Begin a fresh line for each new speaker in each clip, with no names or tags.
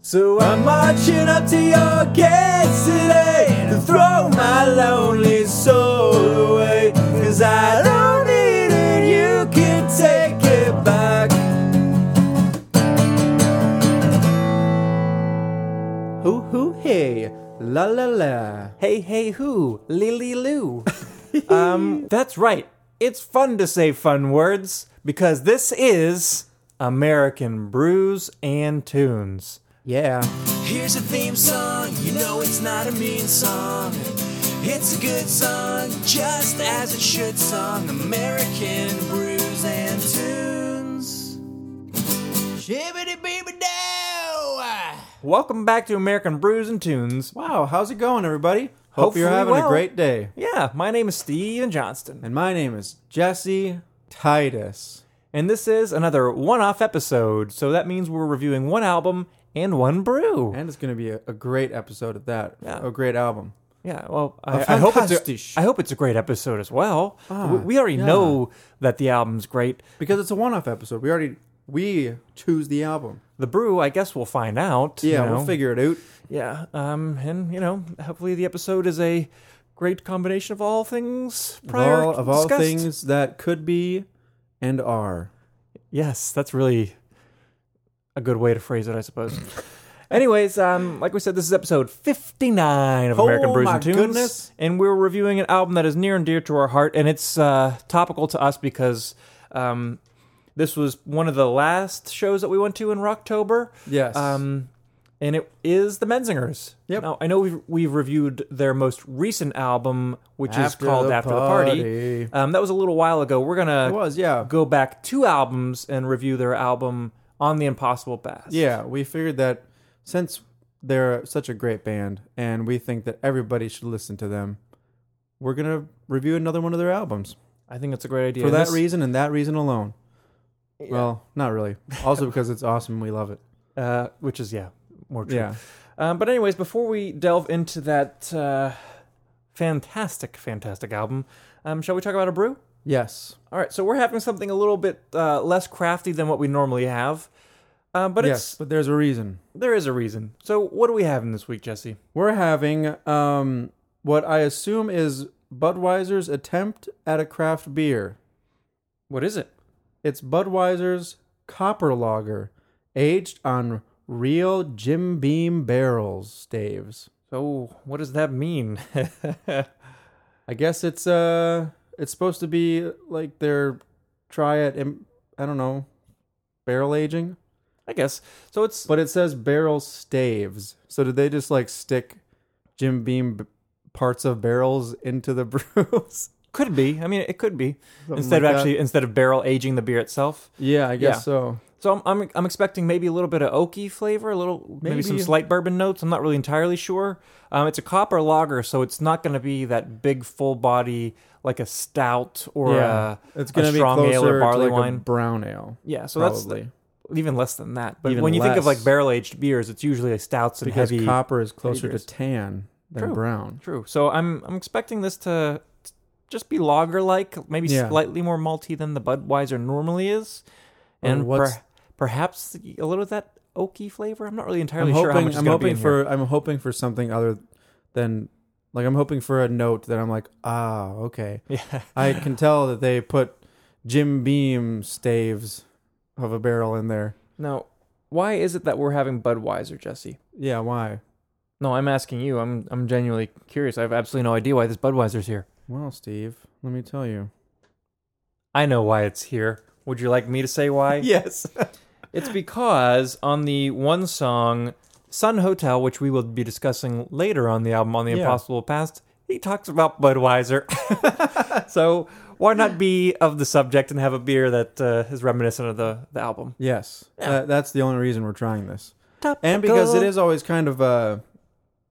So I'm marching up to your gates today to throw my lonely soul away. Cause I don't need it, you can take it back. Hoo hoo hey, la la la.
Hey, hey, who? Lily Lou. um, that's right. It's fun to say fun words because this is American Brews and Tunes.
Yeah.
Here's a theme song, you know it's not a mean song. It's a good song, just as it should song. American brews and tunes. Shibbity beeby dow!
Welcome back to American Brews and Tunes.
Wow, how's it going, everybody? Hope
Hopefully
you're having
well.
a great day.
Yeah, my name is Steven Johnston,
And my name is Jesse Titus.
and this is another one off episode. So that means we're reviewing one album and one brew.
And it's going to be a, a great episode of that.
Yeah.
A great album.
Yeah, well, I, I hope it's
fantastisch.
a, I hope it's a great episode as well.
Ah,
we, we already
yeah.
know that the album's great.
Because it's a one off episode. We already we choose the album.
The brew, I guess, we'll find out.
Yeah,
you know.
we'll figure it out.
Yeah, um, and you know, hopefully the episode is a great combination of all things prior
of all, of all
discussed.
things that could be and are.
Yes, that's really a good way to phrase it, I suppose. Anyways, um, like we said, this is episode 59 of American
Oh,
Brews
my
and Tunes.
goodness.
And we're reviewing an album that is near and dear to our heart, and it's uh, topical to us because um, this was one of the last shows that we went to in Rocktober.
Yes.
Um, and it is the Menzingers.
Yep.
Now, I know we've, we've reviewed their most recent album, which
After
is called
the
After the Party.
Party.
Um, that was a little while ago. We're gonna
It was, yeah.
go back two albums and review their album on the Impossible Past.
Yeah, we figured that since they're such a great band and we think that everybody should listen to them, we're going to review another one of their albums.
I think it's a great idea.
For
And
that
this-
reason and that reason alone. Well, not really. Also because it's awesome. We love it.
uh, which is yeah, more true.
Yeah.
Um, but anyways, before we delve into that uh, fantastic, fantastic album, um, shall we talk about a brew?
Yes.
All right, so we're having something a little bit uh, less crafty than what we normally have, um, but
yes,
it's
but there's a reason.
there is a reason. So what do we have in this week, Jesse?
We're having um, what I assume is Budweiser's attempt at a craft beer.
What is it?
It's Budweiser's Copper Lager, aged on real Jim Beam barrels, staves.
So what does that mean?
I guess it's uh, it's supposed to be like their try at im- I don't know, barrel aging,
I guess so. It's
but it says barrel staves. So did they just like stick Jim Beam b- parts of barrels into the brews?
Could be. I mean, it could be
Something
instead
like
of
that.
actually instead of barrel aging the beer itself.
yeah, I guess
Yeah.
so.
So I'm, I'm I'm expecting maybe a little bit of oaky flavor, a little maybe, some
Maybe.
slight bourbon notes. I'm not really entirely sure. Um, it's a copper lager, so it's not going to be that big full body like a stout or a,
it's
a
gonna be
strong ale
closer
or
to,
barley
like, a
wine.
brown ale.
yeah, so
Probably
that's even less than that. But
Even
when you think of like
less.
barrel aged beers, it's usually like stouts and
because
heavy.
copper is closer to
beers.
tan than
True.
brown.
True. So I'm I'm expecting this to t- just be lager like, maybe
Yeah.
slightly more malty than the Budweiser normally is,
Or
and
what's-
per- perhaps a little of that oaky flavor. I'm not really
I'm
entirely sure how much
hoping.
is
I'm
going to be
hoping
in here.
for. I'm hoping for something other than like I'm hoping for a note that I'm like ah okay.
Yeah.
I can tell that they put Jim Beam staves of a barrel in there.
Now, why is it that we're having Budweiser, Jesse?
Yeah, why?
No, I'm asking you. I'm I'm genuinely curious. I have absolutely no idea why this Budweiser's here.
Well, Steve, let me tell you.
I know why it's here. Would you like me to say why?
Yes.
It's because on the one song, Sun Hotel, which we will be discussing later on the album on the
Yeah.
Impossible Past, he talks about Budweiser. so why not be of the subject and have a beer that uh, is reminiscent of the, the album?
Yes, that, that's the only reason we're trying this,
Topical.
and because it is always kind of uh,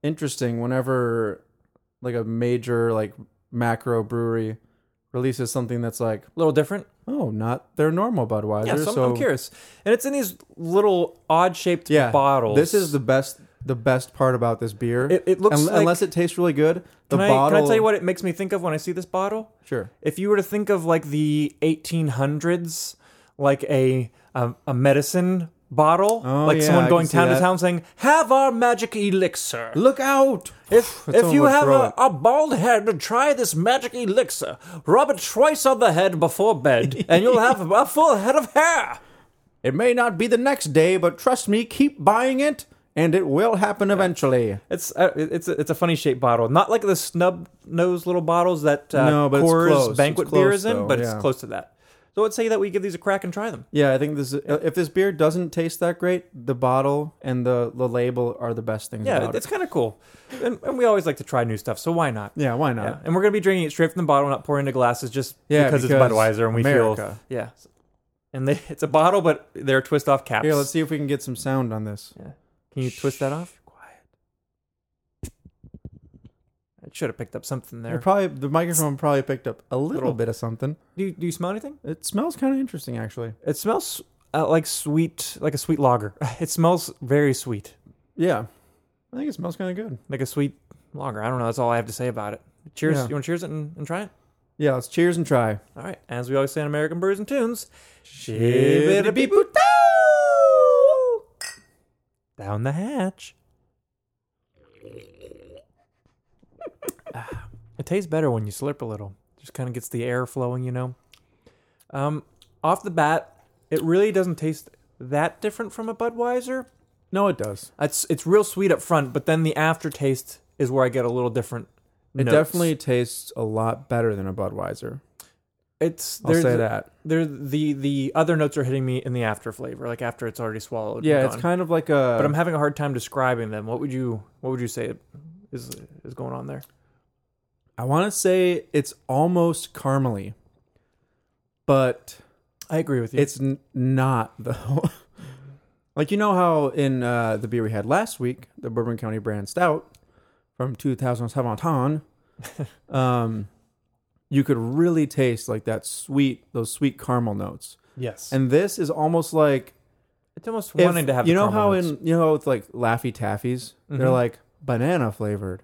interesting whenever like a major like macro brewery releases something that's like
a little different.
oh not their normal Budweiser.
Yeah, so I'm,
so
I'm curious. And it's in these little odd shaped
Yeah,
bottles.
This is the best the best part about this beer.
It- it looks
Un-
like-
unless it tastes really good. The
Can I,
bottle.
can I tell you what it makes me think of when I see this bottle?
Sure.
if you were to think of like the 1800s like a a, a medicine bottle,
Oh,
like
yeah, I
someone
can
going
see
town to
that.
town saying, "Have our magic elixir."
Look out!
If,
Someone
if you
would
have
throw
a,
it.
a bald head, try this magic elixir. Rub it twice on the head before bed, and you'll have a full head of hair.
It may not be the next day, but trust me, keep buying it, and it will happen eventually.
It's uh, it- it's a, it's a funny shaped bottle, not like the snub nose little bottles that uh,
No, but it's
Coors
close. It's
banquet
close,
beer is in,
though,
but
yeah.
it's close to that. So I'd say that we give these a crack and try them.
Yeah, I think this. Is, if this beer doesn't taste that great, the bottle and the, the label are the best things.
Yeah,
about
it's
it.
kind of cool, and, and we always like to try new stuff, so why not?
yeah. Why
Yeah,
not?
and we're gonna be drinking it straight from the bottle, not pouring into glasses, just
Yeah,
because,
because
it's Budweiser, and we
America.
feel yeah. And they, it's a bottle, but they're twist off caps.
Here, let's see if we can get some sound on this.
Yeah. Can you twist that off? Quiet. I should have picked up something
It
there.
probably the microphone probably picked up a little, bit of something.
Do you, do you smell anything?
It smells kind of interesting, actually.
It smells uh, like sweet, like a sweet lager. It smells very sweet,
Yeah, I think it smells kind of good.
like a sweet lager. I don't know. That's all I have to say about it. Cheers.
Yeah.
You want to cheers it and, and try it?
Yeah, let's cheers and try.
All right. As we always say on American Brews and Tunes,
Shibbity-bee-boo-doo!
down the hatch. it tastes better when you slurp a little. Just kind of gets the air flowing, you know. Um, off the bat, it really doesn't taste that different from a Budweiser.
No, it does.
It's it's real sweet up front, but then the aftertaste is where I get a little different.
It
notes.
definitely tastes a lot better than a Budweiser.
it's
I'll
there's
say
the-
that.
there the the other notes are hitting me in the after flavor, like after it's already swallowed. and
Yeah, it's
gone.
kind of like a.
but I'm having a hard time describing them. What would you what would you say is is going on there?
I want to say it's almost caramely, but
I agree with you.
it's n- not though. like you know how in uh, the beer we had last week, the Bourbon County Brand Stout from 2017, um, you could really taste like that sweet, those sweet caramel notes.
yes, and
And this is almost like
it's almost
if-
wanting to have.
you
the
know
caramel
how
notes.
in you know with like Laffy Taffies, they're
Mhm.
like banana flavored,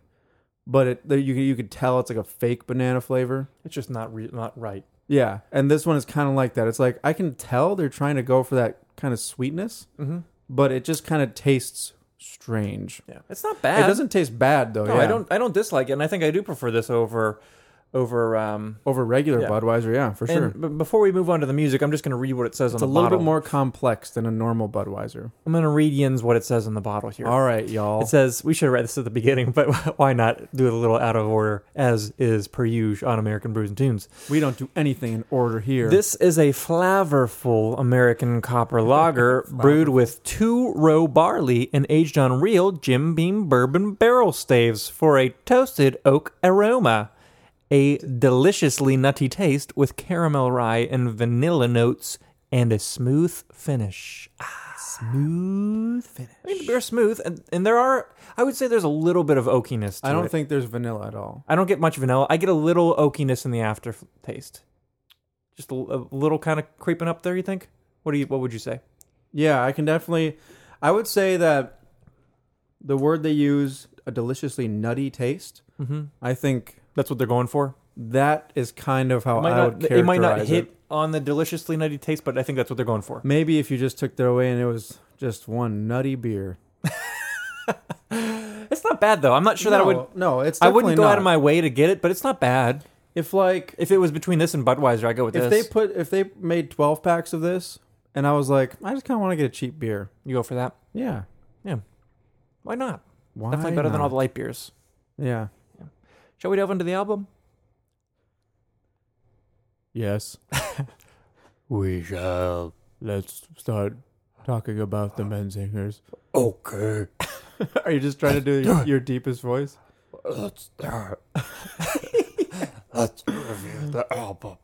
but it there- you you could tell it's like a fake banana flavor.
it's just not re- not right.
Yeah, and this one is kind of like that. It's like I can tell they're trying to go for that kind of sweetness,
Mm-hmm.
but it just kind of tastes strange.
Yeah, it's not bad.
It doesn't taste bad though.
No,
yeah.
I don't. I don't dislike it, and I think I do prefer this over over. Um,
over regular
Yeah.
Budweiser. Yeah, for sure.
And b- before we move on to the music, I'm just going to read what it says
It's
on
a
the
little
bottle.
bit more complex than a normal Budweiser.
I'm going to read Yin's what it says on the bottle here.
All right, y'all.
It says we should have read this at the beginning, but why not do it a little out of order as is per usual on American Brews and Tunes.
we don't do anything in order here.
This is a flavorful American copper lager brewed with two row barley and aged on real Jim Beam bourbon barrel staves for a toasted oak aroma. A deliciously nutty taste with caramel rye and vanilla notes and a smooth finish. Ah.
smooth finish.
I mean, the beer's smooth, and, and there are, I would say there's a little bit of oakiness to
I don't
it.
think there's vanilla at all.
I don't get much vanilla. I get a little oakiness in the aftertaste. Just a, a little kind of creeping up there. You think? What do you? What would you say?
Yeah, I can definitely. I would say that the word they use, a deliciously nutty taste. Mm-hmm. I think
That's what they're going for.
that is kind of how
Might
Oh, I
not,
would characterize
it might not hit
it.
on the deliciously nutty taste, but I think that's what they're going for.
Maybe if you just took that away and it was just one nutty beer.
It's not bad though. I'm not sure that I would.
No, it's.
I wouldn't
definitely
go
not.
out of my way to get it, but it's not bad.
If like
If it was between this and Budweiser, I go with
if they
this.
put if they made twelve packs of this, and I was like, I just kind of want to get a cheap beer.
you go for that.
Yeah.
Why not?
Why
Definitely better than all the
not?
light beers.
Yeah.
Shall we delve into the album?
Yes. we shall. Let's start talking about the men singers.
Okay.
Are you just trying to do your, your deepest voice?
Let's start. Let's review the album.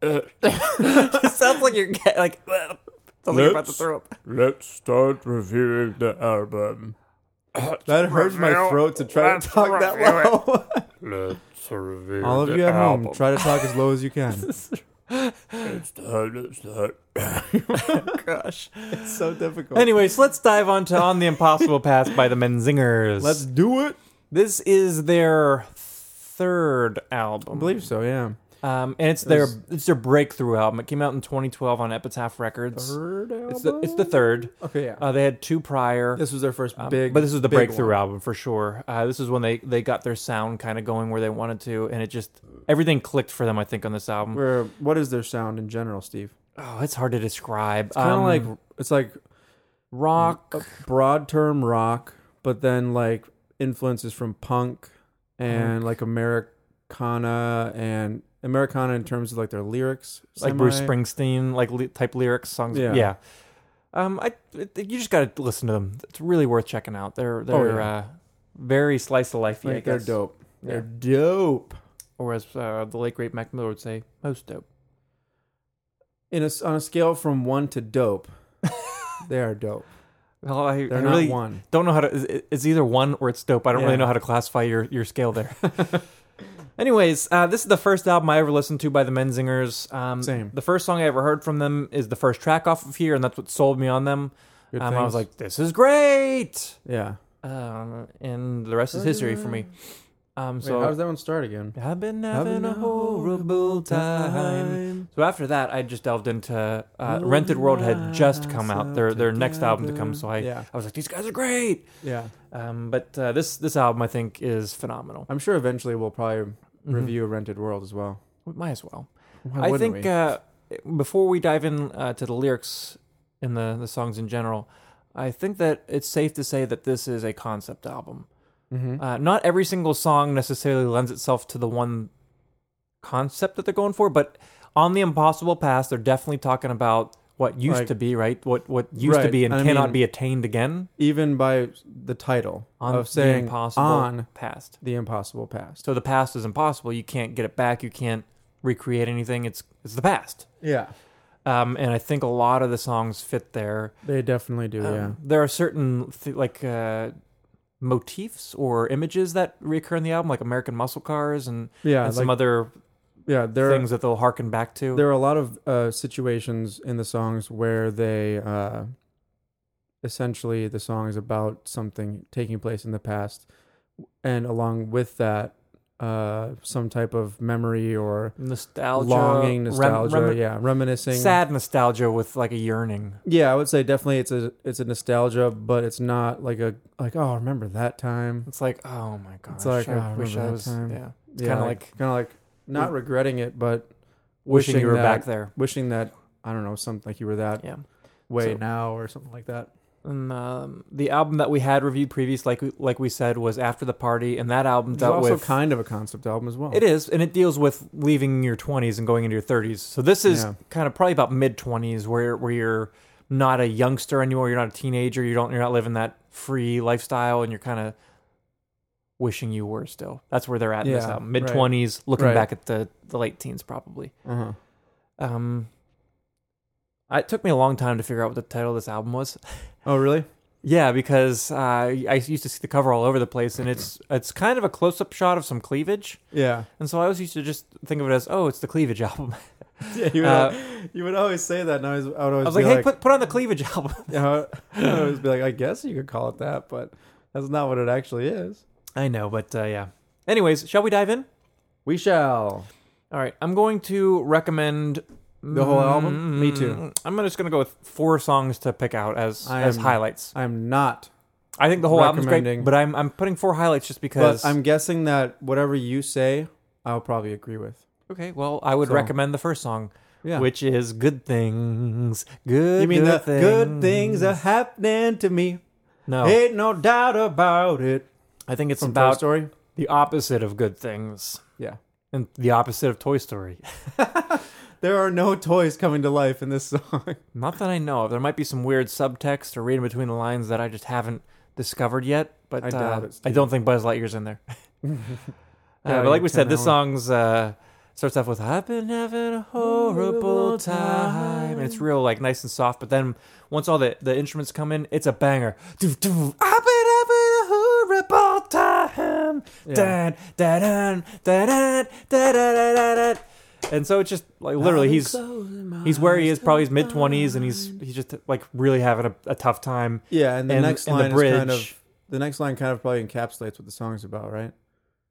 it sounds like you're get- like. Sounds like you're about to
Let's-
throw up.
Let's start reviewing the album. That hurts my throat to try to talk that low.
Let's review
All of
the
you at
album.
home, try to talk as low as you can.
Let's start. Let's start.
Gosh.
It's so difficult.
Anyways, let's dive on to On the Impossible Path by the Menzingers.
Let's do it.
this is their third album.
I believe so, yeah.
Um, and it's their it's their breakthrough album. It came out in 2012 on Epitaph Records.
Third
It's the it's the third.
Okay, yeah.
Uh, they had two prior.
This was their first
Um,
big,
but this was the
big
breakthrough
one.
album for sure. Uh, this is when they they got their sound kind of going where they wanted to, and it just everything clicked for them. I think on this album.
Where what is their sound in general, Steve?
oh, it's hard to describe.
Kind of
Um, mm,
like it's like
rock.
broad term rock, but then like influences from punk and like Americana and Americana in terms of like their lyrics,
like Bruce
semi-
Springsteen, like li- type lyrics, songs.
Yeah.
Yeah. Um, I it, you just got to listen to them. It's really worth checking out. They're they're
Oh, yeah.
uh, very slice of life.
Like,
I
they're
guess.
dope. They're
Yeah.
dope.
or as uh, the late great Mac Miller would say, most dope.
In a s on a scale from one to dope, they are dope.
Well, I,
They're
I
not
really
one.
don't know how to. it- It's either one or it's dope. I don't
Yeah.
really know how to classify your your scale there. Anyways, uh, this is the first album I ever listened to by the Menzingers. Um,
Same.
The first song I ever heard from them is the first track off of here, and that's what sold me on them.
Good
Um, I was
things.
like, "This is great,"
yeah.
um, and the rest is history for me. Um,
So
so
how does that one start again?
I've been having a horrible time. So after that, I just delved into uh, Rented World had just come out their their next album to come. So I
Yeah.
I was like, these guys are great.
Yeah,
Um, but uh, this this album I think is phenomenal.
I'm sure eventually we'll probably review Rented World as well.
We might as well.
Mm-hmm. Why
Mm-hmm. I
wouldn't
think
we?
uh, before we dive in uh, to the lyrics and the the songs in general, I think that it's safe to say that this is a concept album.
Mm-hmm.
Uh, not every single song necessarily lends itself to the one concept that they're going for, but on the impossible past, they're definitely talking about what used
Like-
to be, right? What what used to
Right,
be and
I
cannot
mean-
be attained again
even by the title
on
of saying
the impossible
on
past.
the impossible past.
So the past is impossible. You can't get it back. You can't recreate anything. It's it's the past.
Yeah,
Um, and I think a lot of the songs fit there.
they definitely do.
Um, There are certain th- like uh, motifs or images that recur in the album, like American Muscle Cars and,
yeah, yeah,
and
like-
some other
yeah. There,
things that they'll harken back to.
there are a lot of uh, situations in the songs where they, uh, essentially, the song is about something taking place in the past, and along with that, uh, some type of memory or
nostalgia,
longing,
rem-
nostalgia.
rem-
yeah, reminiscing.
sad nostalgia with like a yearning.
Yeah, I would say definitely it's a it's a nostalgia, but it's not like a like oh remember that time.
It's like, oh my gosh,
It's like,
I
oh,
wish
remember
I
that
was.
time.
Yeah, it's kind of like,
kind of like not regretting it, but
wishing, you were
that-
back there.
Wishing that I don't know something like you were that
Yeah.
way
So-
now or something like that.
And um, the album that we had reviewed previous, like we, like we said, was After the Party, and that album
It's
dealt
also
with
kind of a concept album as well.
It is, and it deals with leaving your 20s and going into your 30s. So this is
Yeah.
kind of probably about mid 20s, where where you're not a youngster anymore, you're not a teenager, you don't, you're not living that free lifestyle, and you're kind of wishing you were still. That's where they're at in this
Yeah,
album,
right.
mid 20s, looking
Right.
back at the the late teens probably.
Uh-huh.
Um, I- it took me a long time to figure out what the title of this album was.
Oh really?
Yeah, because uh, I used to see the cover all over the place, and it's it's kind of a close up shot of some cleavage.
Yeah.
And so I always used to just think of it as, oh, it's the cleavage album.
yeah you, would,
Uh,
al- you would always say that, and I was I would always
I was
be
like, hey, put, put on the cleavage album.
Yeah, I would always be like, I guess you could call it that, but that's not what it actually is.
I know, but uh, yeah. Anyways, shall we dive in?
We shall.
All right, I'm going to recommend Mm,
The whole album? Me too.
I'm just going to go with four songs to pick out as
I
as
am-
highlights.
I'm not
I think the whole album's great,
recommending-
but I'm I'm putting four highlights just because.
But I'm guessing that whatever you say, I'll probably agree with.
okay, well, I would
So-
recommend the first song,
Yeah.
which is "Good Things." Good.
You mean
good
the
things.
good things uh, are happening to me?
No,
Ain't no doubt about it.
I think it's
From Toy
about
Story.
the opposite of good things
Yeah.
and the opposite of Toy Story.
There are no toys coming to life in this song.
Not that I know of. There might be some weird subtext or reading between the lines that I just haven't discovered yet. But
I
uh,
doubt it,
I
Steve.
don't think Buzz Lightyear's in there. Uh,
Yeah,
but like
you
we said,
can
this
now.
song's uh, starts off with "I've been having a horrible time," and it's real like nice and soft. But then once all the, the instruments come in, it's a banger. Doof, doof. I've been having a horrible time. Da da da da da da da da da. And so it's just like literally he's he's where
Oh,
he is, probably his mid twenties, and he's he's just like really having a, a tough time.
Yeah, and the
And-
next
and the
line is kind
bridge.
of the next line kind of probably encapsulates what the song's about, right?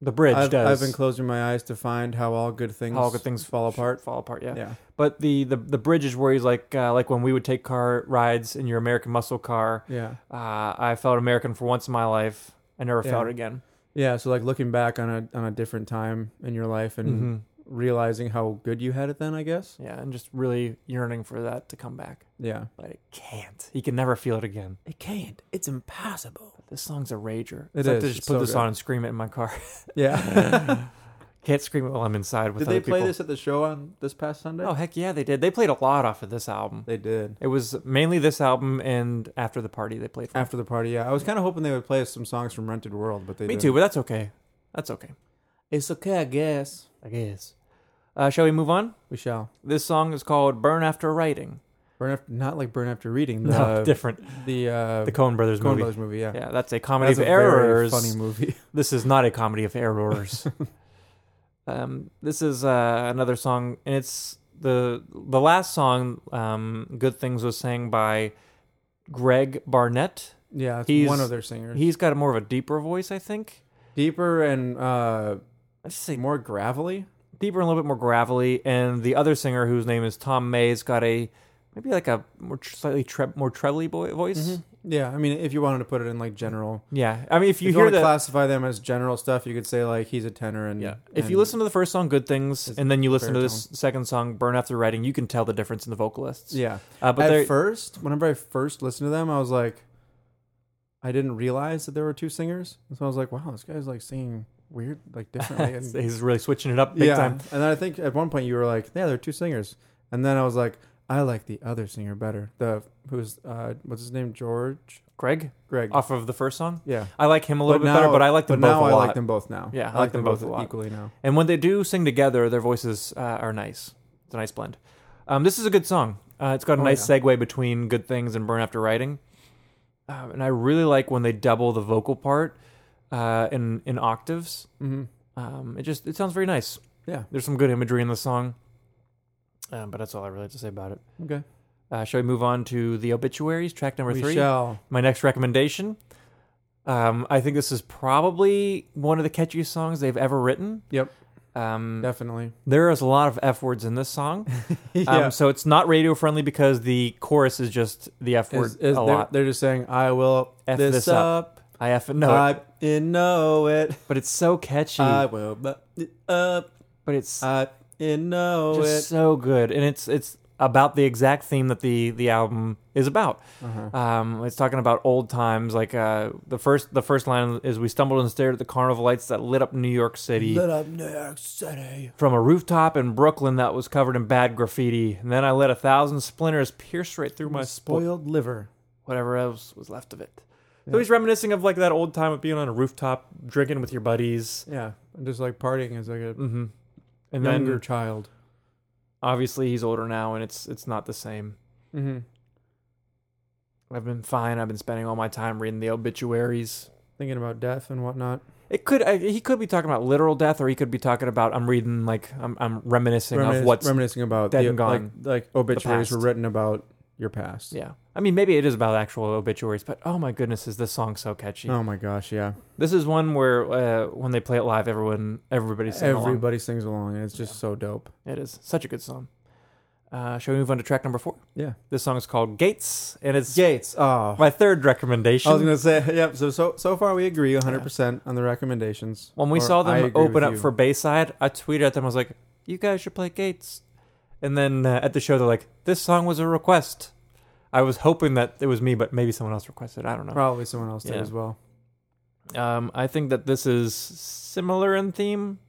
The bridge
I've, I've
does.
been closing my eyes to find how all good things
How all good things
fall apart.
fall apart. Yeah.
Yeah.
But the, the the bridge is where he's like uh, like when we would take car rides in your American muscle car.
Yeah,
Uh, I felt American for once in my life. I never
Yeah.
felt it again.
yeah. So like looking back on a on a different time in your life and realizing how good you had it then. I guess.
Mm-hmm. Yeah, and just really yearning for that to come back,
Yeah.
but it can't. He can never feel it again.
It can't. It's impossible.
This song's a rager.
It
I'd like
is.
to just
It's
put
so
this
good.
on and scream it in my car.
Yeah.
can't scream it while I'm inside with
did
other
they play
people.
this at the show on this past Sunday?
Oh heck yeah, they did. They played a lot off of this album.
they did.
It was mainly this album and after the party they played. For
After the party, yeah. I was kind of hoping they would play us some songs from Rented World, but they
me
didn't.
too, but that's okay. That's okay.
It's okay, I guess.
I guess. Uh, shall we move on?
We shall.
This song is called "Burn After Writing."
Burn after, not like Burn After Reading. The,
No, different.
The uh,
The Coen Brothers
Coen
movie.
Brothers movie. Yeah.
Yeah, that's a comedy
That's
of
a very
errors.
funny movie.
This is not a comedy of errors. um, this is uh, another song, and it's the the last song. Um, Good things was sang by Greg Barnett.
Yeah, it's
He's-
one of their singers.
He's got a more of a deeper voice, I think.
deeper and uh,
I just say
more gravelly.
deeper and a little bit more gravelly. And the other singer, whose name is Tom Mays, got a maybe like a more tr- slightly tre- more trebly boy- voice.
Yeah, I mean, if you wanted to put it in like general,
Yeah, I mean, if you
if you
hear
want
the
to classify them as general stuff, you could say like he's a tenor and
yeah, if
and-
you listen to the first song, "Good Things,"
It's
and then you listen to this
baritone.
second song, "Burn After Writing," you can tell the difference in the vocalists.
yeah.
uh, but they're
At first, whenever I first listened to them, I was like, I didn't realize that there were two singers, And so I was like, wow, this guy's like singing weird, like differently. And,
he's really switching it up big
yeah,
time.
and then I think at one point you were like, yeah, there are two singers, and then I was like, I like the other singer better. The who's uh, what's his name, George
Greg,
Greg.
off of the first song,
Yeah.
I like him a little bit better, but I like them
but
both
now
a
I
lot.
like them both now.
Yeah, I like them both a lot.
equally now.
And when they do sing together, their voices uh, are nice. It's a nice blend. Um, this is a good song. Uh, it's got a
Oh,
nice segue between good things and burn after writing. Uh, and I really like when they double the vocal part uh, in in octaves.
Mhm.
Um, it just it sounds very nice.
Yeah.
There's some good imagery in the song. Um, but that's all I really have to say about it.
Okay.
Uh, shall we move on to the obituaries, track number
we
three?
shall.
my next recommendation. Um, I think this is probably one of the catchiest songs they've ever written.
Yep.
Um,
Definitely.
there is a lot of f words in this song,
Yeah.
um, so it's not radio friendly because the chorus is just the f word
Is- is-
a
they're,
lot.
they're just saying, "I will
F
this,
this up.
up.
I f no,
I in know it.
but it's so catchy.
I will but it up.
but it's
I in know
just
uh, it."
so good, and it's it's about the exact theme that the the album is about.
Uh-huh.
Um, it's talking about old times. Like uh, the first the first line is, "We stumbled and stared at the carnival lights that lit up New York City."
Lit up New York City.
from a rooftop in Brooklyn that was covered in bad graffiti, and then I let a thousand splinters pierce right through my spoil
Spoiled liver.
whatever else was left of it. So he's reminiscing of like that old time of being on a rooftop drinking with your buddies, Mm-hmm.
Yeah, and just like partying as like a
and
younger
then
child.
obviously he's older now, and it's it's not the same.
Mm-hmm.
I've been fine. I've been spending all my time reading the obituaries.
Thinking about death and whatnot.
It could I, he could be talking about literal death, or he could be talking about I'm reading like I'm I'm reminiscing
Reminis-
of what's
reminiscing about
dead
the,
and gone.
Like, like obituaries
past.
were written about your past.
yeah. I mean, maybe it is about actual obituaries, but oh my goodness, is this song so catchy?
Oh my gosh, yeah.
This is one where uh, when they play it live, everyone, everybody sings along.
Everybody sings along, and it's just so dope.
It is such a good song. Uh, shall we move on to track number four?
Yeah.
This song is called Gates, and it's
Gates. Oh,
my third recommendation.
I was gonna say, yep. So so so far we agree 100 percent on the recommendations.
when we
Or
saw
I
them
agree
open
with
up
you.
for Bayside, I tweeted at them. I was like, "You guys should play Gates." And then uh, at the show, they're like, "This song was a request." I was hoping that it was me, but maybe someone else requested. it. I don't know.
probably someone else did
Yeah.
as well.
Um, I think that this is similar in theme.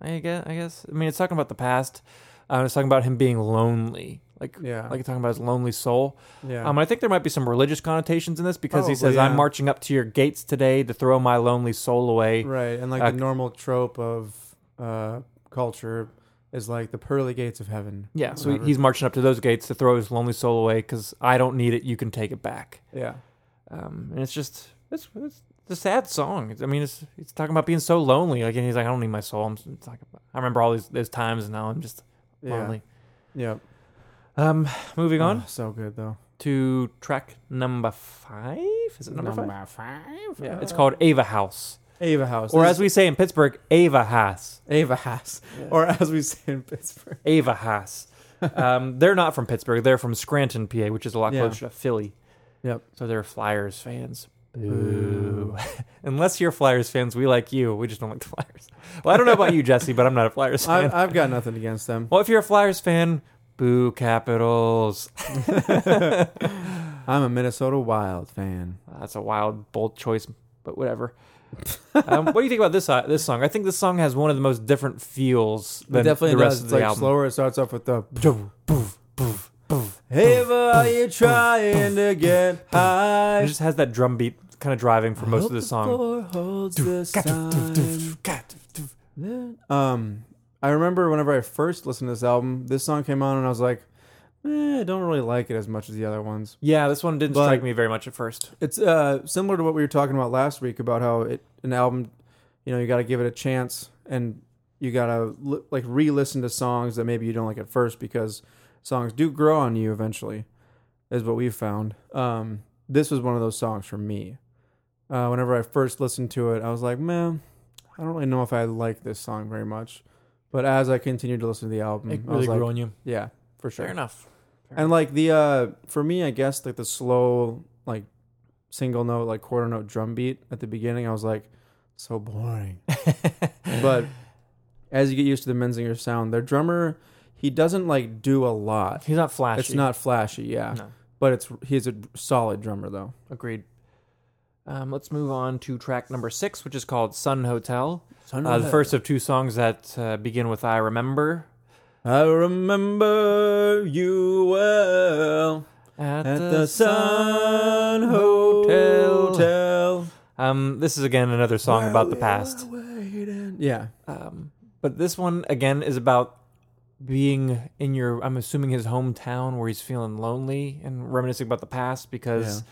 I guess. I guess. I mean, it's talking about the past. Uh, it's talking about him being lonely, like
Yeah.
like talking about his lonely soul.
Yeah,
Um, I think there might be some religious connotations in this because he
Probably,
says, "I'm
yeah.
marching up to your gates today to throw my lonely soul away."
right. And like
uh,
the normal trope of uh, culture is like the pearly gates of heaven.
Yeah, so
Whatever.
he's marching up to those gates to throw his lonely soul away because I don't need it. You can take it back.
yeah,
Um, and it's just it's, it's it's a sad song. It's- I mean, it's it's talking about being so lonely. Like, and he's like, I don't need my soul. I'm just, it's like, I remember all these those times, and now I'm just
Yeah.
lonely.
yeah.
Um, moving on
Oh, so good though.
to track number five. Is it number, five?
five.
Yeah, it's called Ava House.
Ava House.
Or
This
as we say in Pittsburgh, Ava Haas.
Ava House. Or as we say in Pittsburgh.
Ava Haas. um, they're not from Pittsburgh. They're from Scranton, PA, which is a lot
Yeah.
closer to Philly.
Yep.
So they're Flyers fans. Boo. Unless you're Flyers fans, we like you. We just don't like the Flyers. Well, I don't know about you, Jesse, but I'm not a Flyers fan.
I've, I've got nothing against them.
well, if you're a Flyers fan, boo Capitals.
I'm a Minnesota Wild fan.
That's a wild, bold choice, but whatever. um, what do you think about this uh, this song? I think this song has one of the most different feels
It
than
definitely
the rest
does.
of
It's
the
like
album.
slower. It starts off with the. Ava, are you trying to get high?
It just has that drum beat kind of driving for most of the song.
floor holds the sign. Um, I remember whenever I first listened to this album, this song came on and I was like, eh, I don't really like it as much as the other ones.
Yeah, this one didn't
But-
strike me very much at first.
It's uh similar to what we were talking about last week about how it an album, you know, you got to give it a chance and you got to li- like re-listen to songs that maybe you don't like at first because songs do grow on you eventually, is what we've found. Um, this was one of those songs for me. Uh, whenever I first listened to it, I was like, man, I don't really know if I like this song very much. But as I continued to listen to the album,
It
I
really
was like,
grew on you.
yeah, for sure.
Fair enough.
And like the uh for me, I guess like the slow like single note like quarter note drum beat at the beginning, I was like so boring. but as you get used to the Menzinger sound, their drummer he doesn't like do a lot.
He's not flashy.
It's not flashy, yeah.
No.
But it's he's a solid drummer though.
Agreed. Um, let's move on to track number six, which is called Sun Hotel.
Sun
uh, the
Hotel.
first of two songs that uh, begin with I Remember.
I remember you well
At,
at the Sun Hotel. Oh,
Um, this is again another song about the past.
Yeah.
Um, but this one again is about being in your I'm assuming his hometown where he's feeling lonely and reminiscing about the past because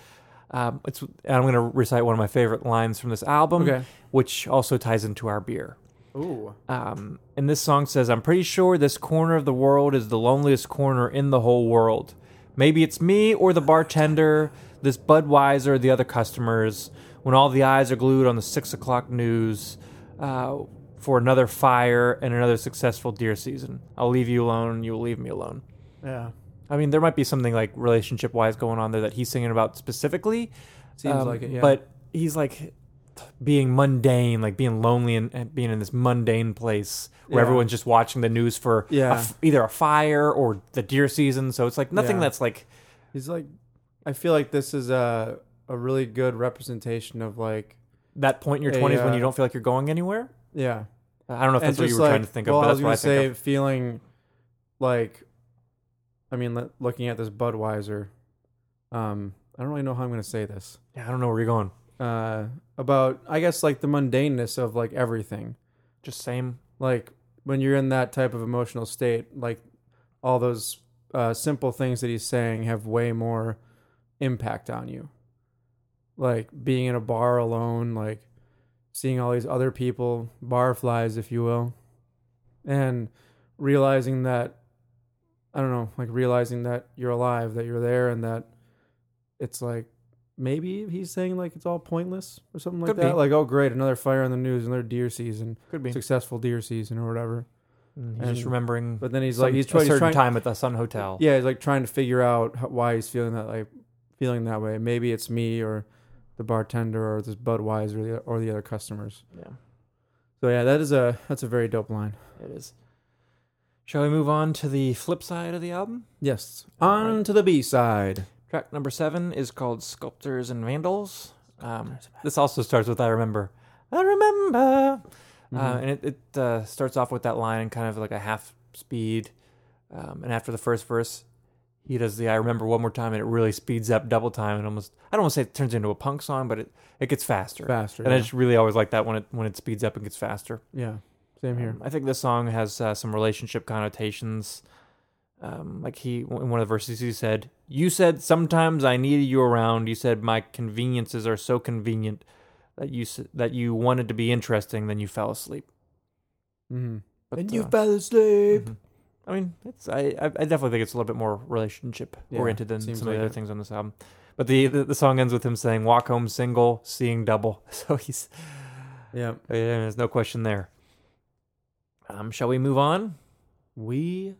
um, it's I'm going to recite one of my favorite lines from this album
Okay.
which also ties into our beer.
Ooh.
Um, and this song says, I'm pretty sure this corner of the world is the loneliest corner in the whole world. Maybe it's me or the bartender, this Budweiser, or the other customers, when all the eyes are glued on the six o'clock news uh, for another fire and another successful deer season. I'll leave you alone, you'll leave me alone.
Yeah.
I mean, there might be something like relationship wise going on there that he's singing about specifically. Um,
Seems like it, yeah.
But he's like being mundane, like being lonely and, and being in this mundane place where
Yeah.
everyone's just watching the news for a
Yeah.
f- either a fire or the deer season. So it's like nothing
Yeah.
that's like,
He's like, I feel like this is a a really good representation of like,
that point in your
Yeah,
20s when
yeah.
you don't feel like you're going anywhere.
yeah.
I don't know if that's what you were trying to think of,
well,
but
I
that's
was
what I
gonna
think
say,
of.
feeling like, I mean, le- looking at this Budweiser, um, I don't really know how I'm gonna say this.
Yeah, I don't know where you're going.
Uh, about I guess like the mundaneness of like everything,
Just same.
like when you're in that type of emotional state, like all those uh, simple things that he's saying have way more impact on you. Like being in a bar alone, like seeing all these other people, barflies, if you will, and realizing that, I don't know, like realizing that you're alive, that you're there, and that it's like maybe he's saying like it's all pointless or something like
Could
that.
be.
Like, oh, great, another fire on the news, another deer season,
Could be.
successful deer season or whatever.
And mm, he's
and-
just remembering
But then he's
some-
like, he's,
a
try- he's
certain
trying,
time at the Sun Hotel.
yeah, he's like trying to figure out how, why he's feeling that like feeling that way. Maybe it's me or the bartender or this Budweiser or the, or the other customers.
yeah.
So yeah, that is a that's a very dope line.
It is. Shall we move on to the flip side of the album?
Yes. On to the B side.
Track number seven is called Sculptors and Vandals. Um, this also starts with I Remember. I Remember. Uh, and it, it uh, starts off with that line in kind of like a half speed. Um, and after the first verse, he does the I Remember one more time and it really speeds up double time and almost, I don't want to say it turns into a punk song, but it, it gets faster.
Faster,
And I
yeah.
just really always like that when it, when it speeds up and gets faster.
Yeah. Same here.
Um, I think this song has uh, some relationship connotations. Um, like he in one of the verses he said, "You said sometimes I needed you around. You said my conveniences are so convenient that you s- that you wanted to be interesting, then you fell asleep."
Mm-hmm.
But, uh,
fell asleep.
Mm-hmm. I mean, it's I I I definitely think it's a little bit more relationship
Yeah,
oriented than
seems
some of the
like
other
it.
things on this album. But the, the the song ends with him saying, "Walk home single, seeing double." So he's
Yeah.
Uh, yeah, There's no question there. Um, shall we move on?
We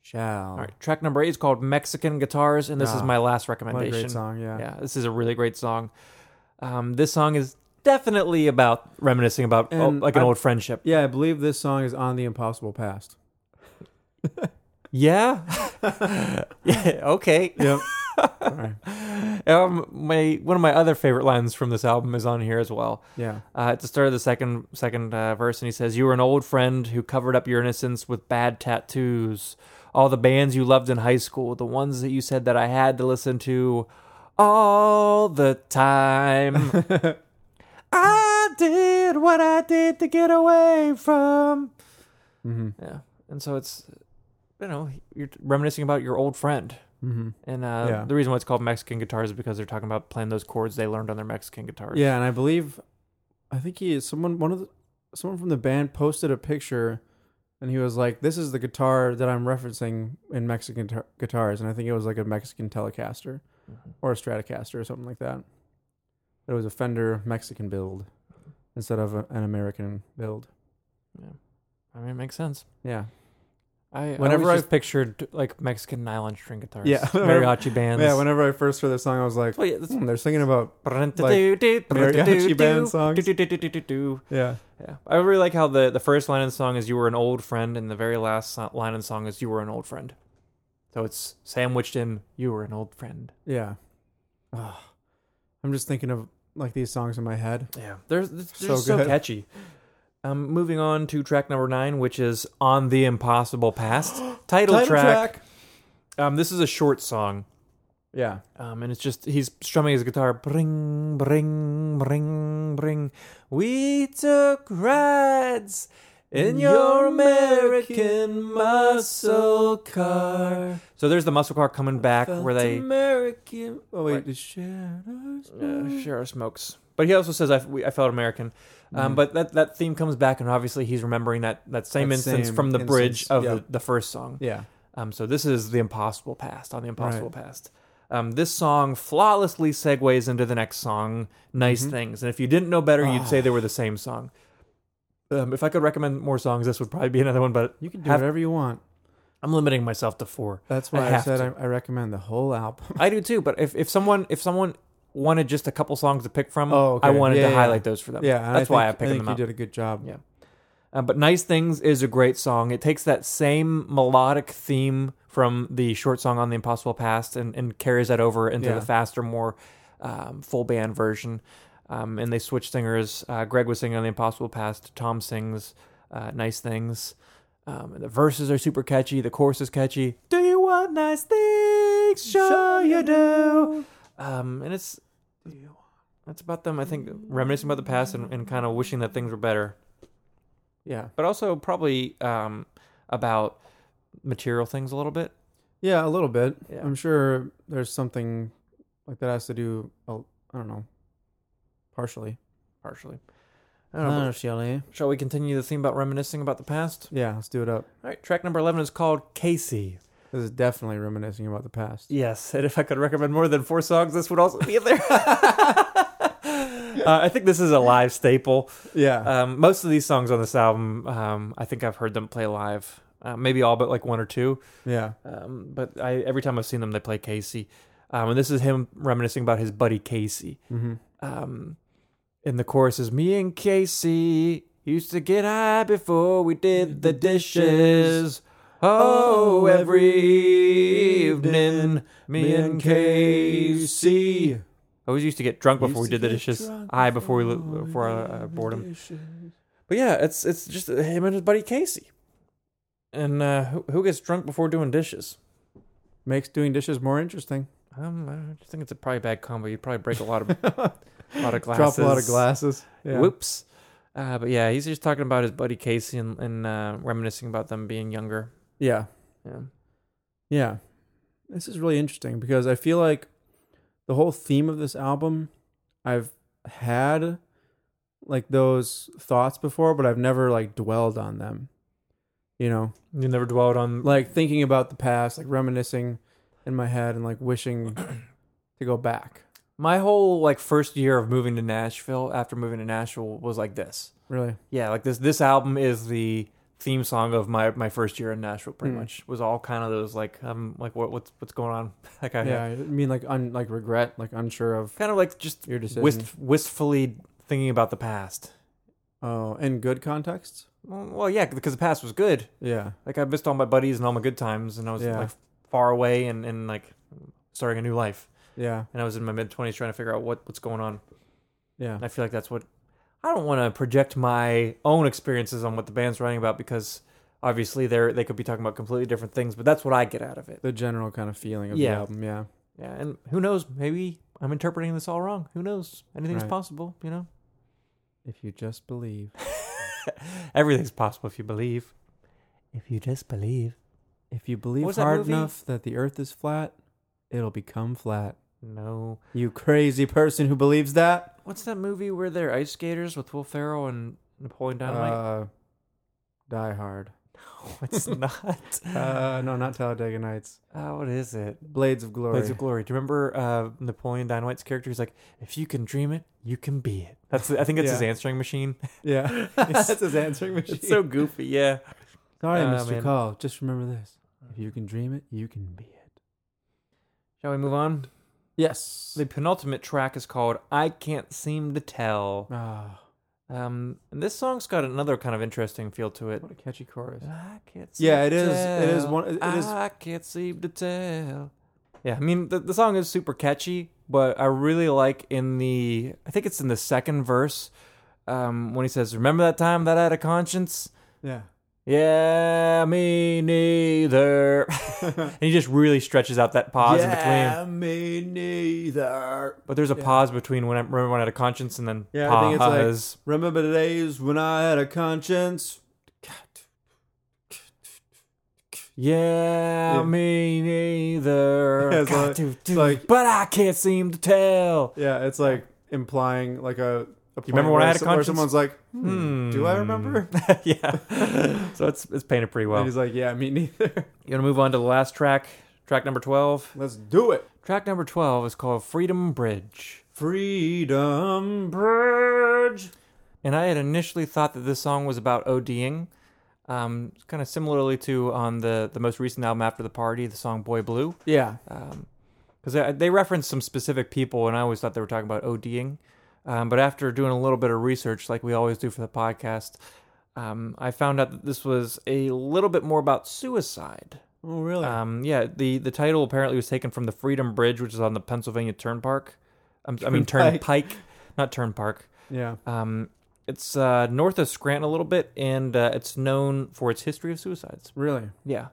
shall.
All right, track number eight is called Mexican Guitars, and this is
Ah,
my last
What a
recommendation.
great song. Yeah.
Yeah, this is a really great song. Um, this song is definitely about reminiscing about oh,
And
like an
I-
old friendship.
Yeah, I believe this song is on the impossible past.
Yeah. yeah. Okay.
Yep.
Um, my one of my other favorite lines from this album is on here as well.
yeah.
Uh, at the start of the second second uh, verse, and he says, "You were an old friend who covered up your innocence with bad tattoos. All the bands you loved in high school, the ones that you said that I had to listen to all the time. I did what I did to get away from.
Mm-hmm.
Yeah, and so it's you know you're reminiscing about your old friend." Mm-hmm. And uh,
Yeah.
the reason why it's called Mexican guitars is because they're talking about playing those chords they learned on their Mexican guitars.
Yeah, and I believe, I think he someone one of the, someone from the band posted a picture, and he was like, "This is the guitar that I'm referencing in Mexican guitar- guitars," and I think it was like a Mexican Telecaster,
Mm-hmm.
or a Stratocaster or something like that. It was a Fender Mexican build instead of a, an American build.
I mean, it makes sense.
Yeah,
I
Whenever
whenever I
I've-
have pictured like Mexican nylon string guitars,
Yeah.
mariachi bands.
yeah. Whenever I first heard this song, I was like,
Well, yeah, that's-
"Hmm, "They're singing about mariachi
mariachi
band songs. yeah,
Yeah, I really like how the the first line in the song is "You were an old friend," and the very last so- line in the song is "You were an old friend." So it's sandwiched in "You were an old friend."
yeah." Ugh. I'm just thinking of like these songs in my head.
Yeah, they're, they're
So
just so
good.
catchy. Um, moving on to track number nine, which is "On the Impossible Past," title, track. Um, this is a short song.
Yeah.
Um, and it's just he's strumming his guitar, bring, bring, bring, bring. We took rides in your American muscle car. So there's the muscle car coming back where they
American. Oh wait,
Right.
the shadows.
uh, share our smokes. But he also says I, we, I felt American. Um, But that, that theme comes back, and obviously he's remembering that, that same
Mm. That
instance
same
from the bridge
instance,
of
yeah.
the, the first song.
Yeah,
Um, so this is the impossible past on the impossible past. Um, this song flawlessly segues into the next song, "Nice
Mm-hmm.
Things," and if you didn't know better, you'd say they were the same song. Um, if I could recommend more songs, this would probably be another one, but
you can do
Have-
whatever you want.
I'm limiting myself to four.
That's
I
why I,
have
said
to.
I, I recommend the whole album.
I do too, but if, if someone if someone wanted just a couple songs to pick from,
Oh, okay.
I wanted
Yeah,
to
yeah,
highlight
yeah.
those for them.
yeah, and
that's
I
why
think-
I picked
I think
them up.
you did a good job.
Yeah. Uh, but Nice Things is a great song. It takes that same melodic theme from the short song on the Impossible Past and, and carries that over into
Yeah.
the faster, more um, full band version. Um, and they switch singers. Uh, Greg was singing on the Impossible Past. Tom sings uh, Nice Things. Um, and the verses are super catchy. The chorus is catchy. Do you want nice things? Sure you do. Um, and it's that's about them. I think reminiscing about the past and, and kind of wishing that things were better
Yeah,
but also probably um, about material things a little bit.
yeah, a little bit.
Yeah.
I'm sure there's something like that has to do. oh, I don't know. Partially.
Partially. I don't know, but shall we continue the theme about reminiscing about the past?
Yeah, let's do it up.
All right, track number 11 is called Casey.
This is definitely reminiscing about the past.
Yes, and if I could recommend more than four songs, this would also be in there. uh, I think this is a live staple.
Yeah,
Um, most of these songs on this album, um, I think I've heard them play live. Uh, maybe all but like one or two.
yeah,
Um, but I, every time I've seen them, they play Casey. Um, and this is him reminiscing about his buddy Casey.
Mm-hmm.
Um, and the chorus is Me and Casey used to get high before we did the dishes. Oh, every evening, me and Casey. I always used to get drunk before we did the dishes. High before we lo- before uh, boredom. But yeah, it's it's just uh, him and his buddy Casey. And uh, who, who gets drunk before doing dishes?
makes doing dishes more interesting.
Um, I just think it's a probably bad combo. You'd probably break a lot of a lot of glasses.
Drop a lot of glasses. Yeah.
Whoops. Uh, but yeah, he's just talking about his buddy Casey and, and uh, reminiscing about them being younger.
Yeah.
Yeah.
Yeah. This is really interesting because I feel like the whole theme of this album, I've had like those thoughts before, but I've never like dwelled on them. You know,
You never dwelled on
like thinking about the past, like reminiscing in my head and like wishing to go back.
My whole like first year of moving to Nashville after moving to Nashville was like this.
Really?
Yeah, like this this album is the theme song of my my first year in Nashville pretty much. Was all kind of those like um like what what's what's going on that kind
Yeah. I mean, like, un, like regret, like unsure of.
kind of like just
Your decision.
wist, wistfully thinking about the past.
Oh, in good context.
Well, well, yeah, because the past was good.
Yeah.
Like I missed all my buddies and all my good times, and I was
Yeah.
like far away and, and like starting a new life.
Yeah.
And I was in my mid twenties trying to figure out what, what's going on.
Yeah.
And I feel like that's what I don't want to project my own experiences on what the band's writing about because obviously they're they could be talking about completely different things, but that's what I get out of it.
The general kind of feeling of the
Yeah.
album. Yeah.
Yeah, and who knows? Maybe I'm interpreting this all wrong. Who knows? Anything's
Right.
possible, you know.
If you just believe.
Everything's possible if you believe. If you just believe.
If you believe
was that
hard
movie?
enough that the earth is flat, it'll become flat.
No.
You crazy person who believes that.
What's that movie where they're ice skaters with Will Ferrell and Napoleon Dynamite?
Uh, die hard.
no, it's not.
Uh, no, not Talladega Nights.
oh, what is it?
Blades of Glory.
Blades of Glory. Do you remember uh, Napoleon Dynamite's character? He's like, if you can dream it, you can be it. That's I think it's his
Yeah.
answering machine.
Yeah. That's his answering machine.
It's so goofy. Yeah.
Sorry,
Ah,
Mr.
man.
Call. Just remember this. If you can dream it, you can be it.
Shall we move on?
Yes.
The penultimate track is called "I Can't Seem to Tell."
Ah,
Um, and this song's got another kind of interesting feel to it.
what a catchy chorus.
I can't seem
Yeah,
to
it is- it is
tell.
one- it is-
I can't seem to tell. Yeah, I mean the, the song is super catchy, but I really like in the I think it's in the second verse um, when he says, "Remember that time that I had a conscience."
Yeah.
Yeah, me neither. and he just really stretches out that pause in between.
me neither.
But there's a pause between when I remember when I had a conscience and then
Yeah, I think
pause.
it's like- Remember the days when I had a conscience?
Yeah,
Yeah.
me neither.
Yeah, it's
God,
like-
dude,
it's
dude,
like-
but I can't seem to tell.
Yeah, it's like implying like a. a point
remember when
where
I had a
so- where
conscience?
someone's like, hmm, do I remember?
yeah. so it's it's painted pretty well.
And he's like, yeah, me neither.
You want to move on to the last track, track number 12?
Let's do it.
Track number 12 is called Freedom Bridge.
Freedom Bridge.
And I had initially thought that this song was about ODing. Um, kind of similarly to on the, the most recent album after the party, the song Boy Blue.
Yeah.
because they referenced some specific people, and I always thought they were talking about ODing. Um, but after doing a little bit of research, like we always do for the podcast, um, I found out that this was a little bit more about suicide.
Oh, really?
Um, yeah, the, the title apparently was taken from the Freedom Bridge, which is on the Pennsylvania Turnpike. Um, I mean,
Turnpike.
Turnpike, not Turnpark.
yeah.
Um, it's uh, north of Scranton a little bit, and uh, it's known for its history of suicides.
Really?
Yeah.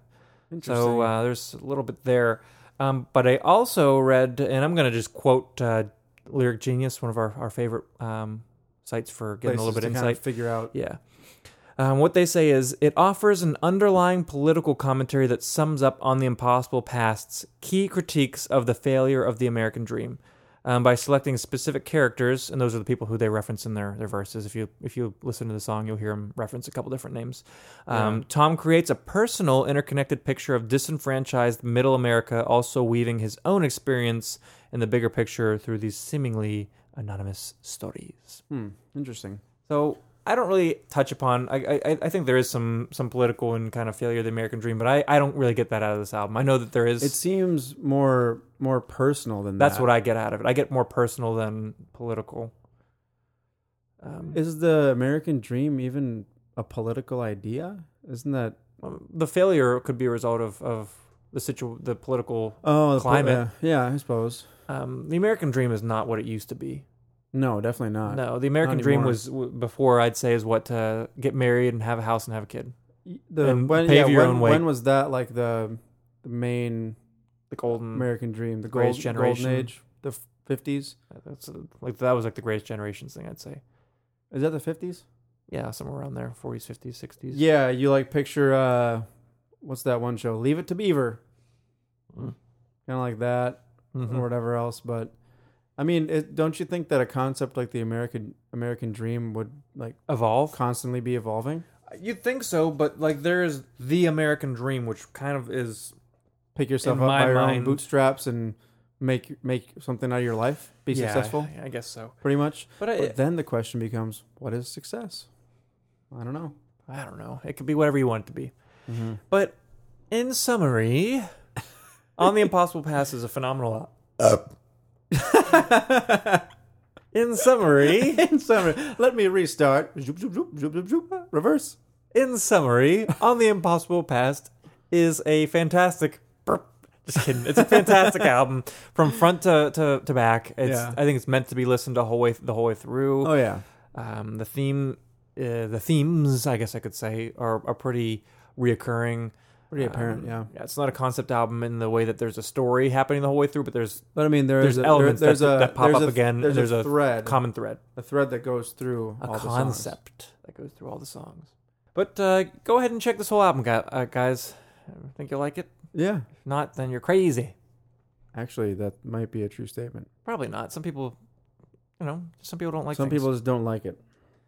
Interesting.
So uh, there's a little bit there. Um, but I also read, and I'm going to just quote uh, Lyric Genius, one of our, our favorite um, sites for getting a little bit
Places to
insight.
kind of figure out.
Yeah. Um, what they say is it offers an underlying political commentary that sums up on the impossible past's key critiques of the failure of the American dream um, by selecting specific characters, and those are the people who they reference in their, their verses. If you if you listen to the song, you'll hear them reference a couple different names. Um, Tom creates a personal, interconnected picture of disenfranchised Middle America, also weaving his own experience in the bigger picture through these seemingly anonymous stories.
Hmm. Interesting.
So I don't really touch upon. I I, I think there is some some political and kind of failure of the American dream, but I I don't really get that out of this album. I know that there is.
It seems more more personal than
that's
that.
what I get out of it. I get more personal than political. Um,
Is the American dream even a political idea? Isn't that
um, the failure could be a result of of the situ the political.
oh the pol-
Climate.
yeah, yeah, I suppose.
Um, the American dream is not what it used to be.
No, definitely not.
No, the American
not
dream
anymore.
was w- before. I'd say is what to get married and have a house and have a kid.
The,
And
when,
pave
yeah,
your
when,
own way.
when was that like the the main
The golden.
American dream, the gold,
Mm. Greatest generation.
golden age, the fifties?
That's uh, like that was like the greatest generations thing. I'd say.
Is that the fifties?
Yeah, somewhere around there, forties, fifties, sixties.
Yeah, you like picture uh, what's that one show? Leave it to Beaver,
Mm.
kind of like that.
Mhm.
or whatever else. But I mean, it, don't you think that a concept like the American American Dream would like
evolve.
constantly be evolving?
You'd think so, but like there is the American dream, which kind of is
Pick yourself
In
up
my
by your own
mind-
bootstraps and make make something out of your life, be
Yeah,
successful,
I, I guess so.
pretty much.
But I-
but then the question becomes, what is success? I don't know.
I don't know. It could be whatever you want it to be. But in summary, On the Impossible Pass is a phenomenal. Up. Uh. in summary,
In summary, let me restart. Zoop, zoop, zoop, zoop, zoop, zoop. Reverse.
in summary, On the Impossible Past is a fantastic. burp. Just kidding. It's a fantastic album from front to, to, to back. It's,
Yeah.
I think it's meant to be listened the whole way the whole way through.
Oh yeah.
Um, the theme, uh, the themes, I guess I could say, are are pretty reoccurring. Um,
Pretty apparent, yeah.
Yeah, it's not a concept album in the way that there's a story happening the whole way through, but there's
But I mean, there
there's
is a, there-
elements
there's
that,
a,
that pop
there's
up
a-
again. and
There's,
there's
a, thread,
common thread,
a thread that goes through
a
all
concept that goes through all the songs. But uh, go ahead and check this whole album, gu- uh, guys. I think you'll like it.
The songs. Yeah,
If not, then you're crazy.
actually, that might be a true statement.
Probably not. Some people, you know, some people don't like.
Some
things.
people just don't like it.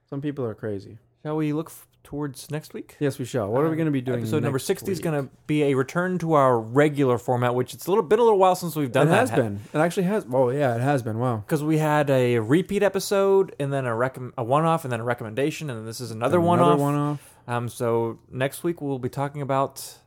Some people are crazy.
Shall we look f- towards next week?
Yes, we shall. What are we
Um,
going to be doing?
Episode number
next
sixty is
week?
going to be a return to our regular format, which it's a little been a little while since we've done
It
that.
has been. It actually has. Oh yeah, it has been. Wow.
because we had a repeat episode and then a recom- a one off and then a recommendation and then this is another, one off.
One off.
Um, so next week we'll be talking about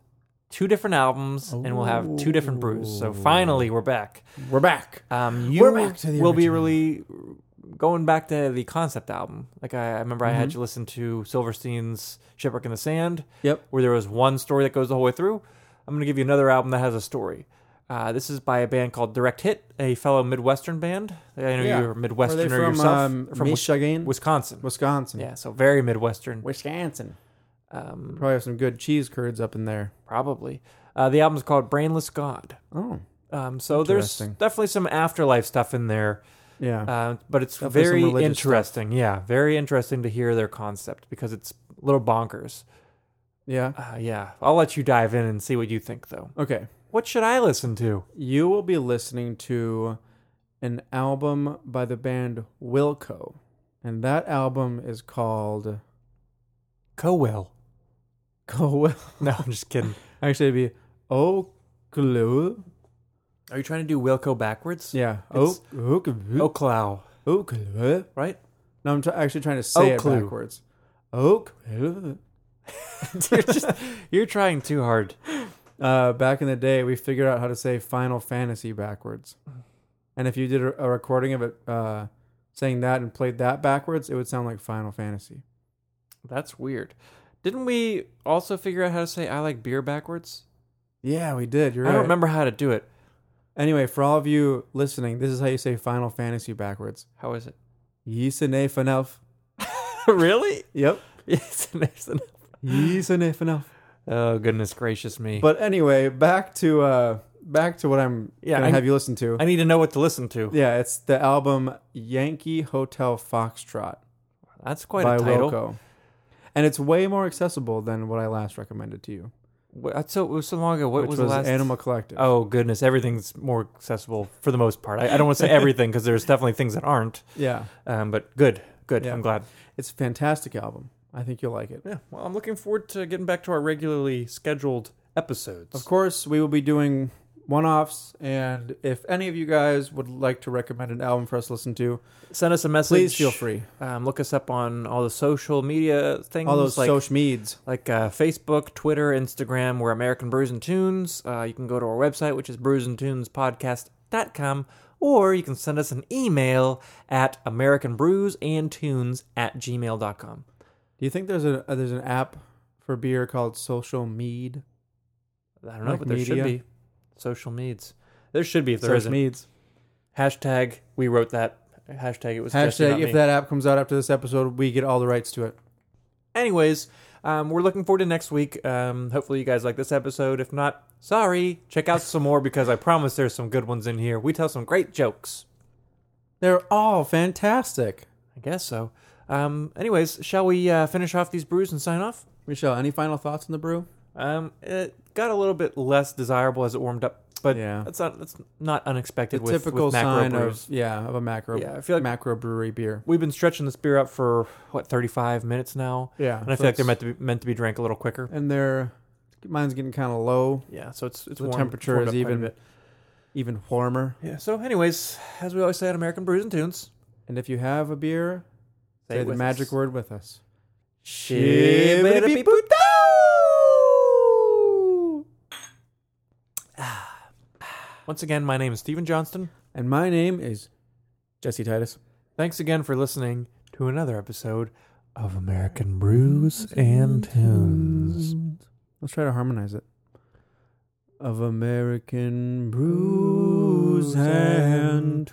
two different albums and we'll have two different brews. So finally we're back.
We're back.
Um, you
We're back to the
will be
original.
really going back to the concept album. Like I, I remember, I had you listen to Silverstein's Shipwreck in the Sand.
Mm-hmm. Yep.
Where there was one story that goes the whole way through. I'm going to give you another album that has a story. Uh, this is by a band called Direct Hit, a fellow Midwestern band. I know
Yeah.
you're a
Are
Midwesterner
they from
yourself.
um,
They're
from
Wis-
Michigan,
Wisconsin.
Wisconsin?
Yeah, so very Midwestern.
Wisconsin.
Um,
Probably have some good cheese curds up in there.
Probably. Uh, the album's called Brainless God.
Oh,
Um, so there's
Interesting.
definitely some afterlife stuff in there,
yeah.
uh, but it's
Definitely some
very
religious
interesting. Yeah, very interesting to hear their concept because it's a little bonkers.
yeah.
Uh, yeah, I'll let you dive in and see what you think, though.
Okay.
What should I listen to?
You will be listening to an album by the band Wilco, and that album is called
Cowell.
Go Will.
No, I'm just kidding.
Actually, it'd be Oklo.
Are you trying to do Wilco backwards?
Yeah.
It's-
Oklo.
Oclow,
Oklo.
right?
No, I'm try- actually trying to say
Oklu.
it backwards. Oklo.
you're, just, you're trying too hard.
Uh, back in the day, we figured out how to say Final Fantasy backwards. And if you did a, a recording of it uh, saying that and played that backwards, it would sound like Final Fantasy.
That's weird. Didn't we also figure out how to say I like beer backwards?
Yeah, we did. You're
I
right.
don't remember how to do it.
Anyway, for all of you listening, this is how you say Final Fantasy backwards.
How is it?
Yisene Fanelf.
really?
Yep.
Yes, there's an-
Yisene Fanelf.
Oh goodness gracious me!
But anyway, back to uh, back to what I'm
Yeah,
gonna
I-
have you listen to.
I need to know what to listen to.
yeah, it's the album Yankee Hotel Foxtrot
That's quite
by
a title.
Wilco. And it's way more accessible than what I last recommended to you,
Wh- That's so it was so long ago. What
which
was
was,
the last?
Animal Collective.
Oh goodness, everything's more accessible for the most part. I, I don't want to say everything because there's definitely things that aren't.
Yeah,
Um, but good, good.
Yeah.
I'm glad.
it's a fantastic album. I think you'll like it.
Yeah. Well, I'm looking forward to getting back to our regularly scheduled episodes.
Of course, we will be doing one offs, and if any of you guys would like to recommend an album for us to listen to,
Send us a message.
please feel free.
Um, look us up on all the social media things.
All those
like,
social meds.
like uh, Facebook, Twitter, Instagram. We're American Brews and Tunes. Uh, you can go to our website, which is brewsandtunespodcast.com, or you can send us an email at americanbrewsandtunes at gmail.com.
Do you think there's a uh, there's an app for beer called Social Mead?
I don't know,
Like
but there should
media?
be social needs. There should be if there
Social
not
Meds.
Hashtag we wrote that. Hashtag it was just
Hashtag
about
if
me.
that app comes out after this episode, we get all the rights to it.
Anyways, um, we're looking forward to next week. Um, hopefully, you guys like this episode. If not, sorry. Check out some more because I promise there's some good ones in here. We tell some great jokes.
They're all fantastic.
I guess so. Um, anyways, shall we uh, finish off these brews and sign off?
Michelle, any final thoughts on the brew?
Um, it got a little bit less desirable as it warmed up, but
Yeah.
that's not that's not unexpected
The
with
typical
with macro
sign
brews.
of yeah of a macro
Yeah, I feel like-
macro brewery beer.
We've been stretching this beer up for what 35 minutes now.
Yeah,
and I
so
feel like they're meant
it's-
to be meant to be drank a little quicker.
And they're mine's getting kind of low.
Yeah, so it's it's
The
warmed-
temperature
warmed
is
up quite a
even
bit.
even warmer.
Yeah. So, anyways, as we always say at American Brews and Tunes,
And if you have a beer,
Say
say,
it
the
with
magic
us.
word with us.
Shibbidi-boo-doo! Once again, my name is Stephen Johnston.
And my name is Jesse Titus.
Thanks again for listening to another episode of American Brews and Tunes.
Let's try to harmonize it. Of American brews and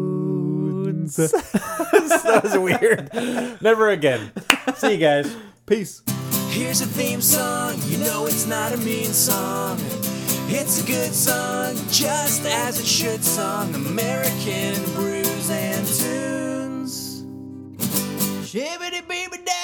tunes.
that was weird. Never again. See you guys.
Peace.
Here's a theme song, you know it's not a mean song. It's a good song, just as it should song. American brews and tunes. Shibbity beeby da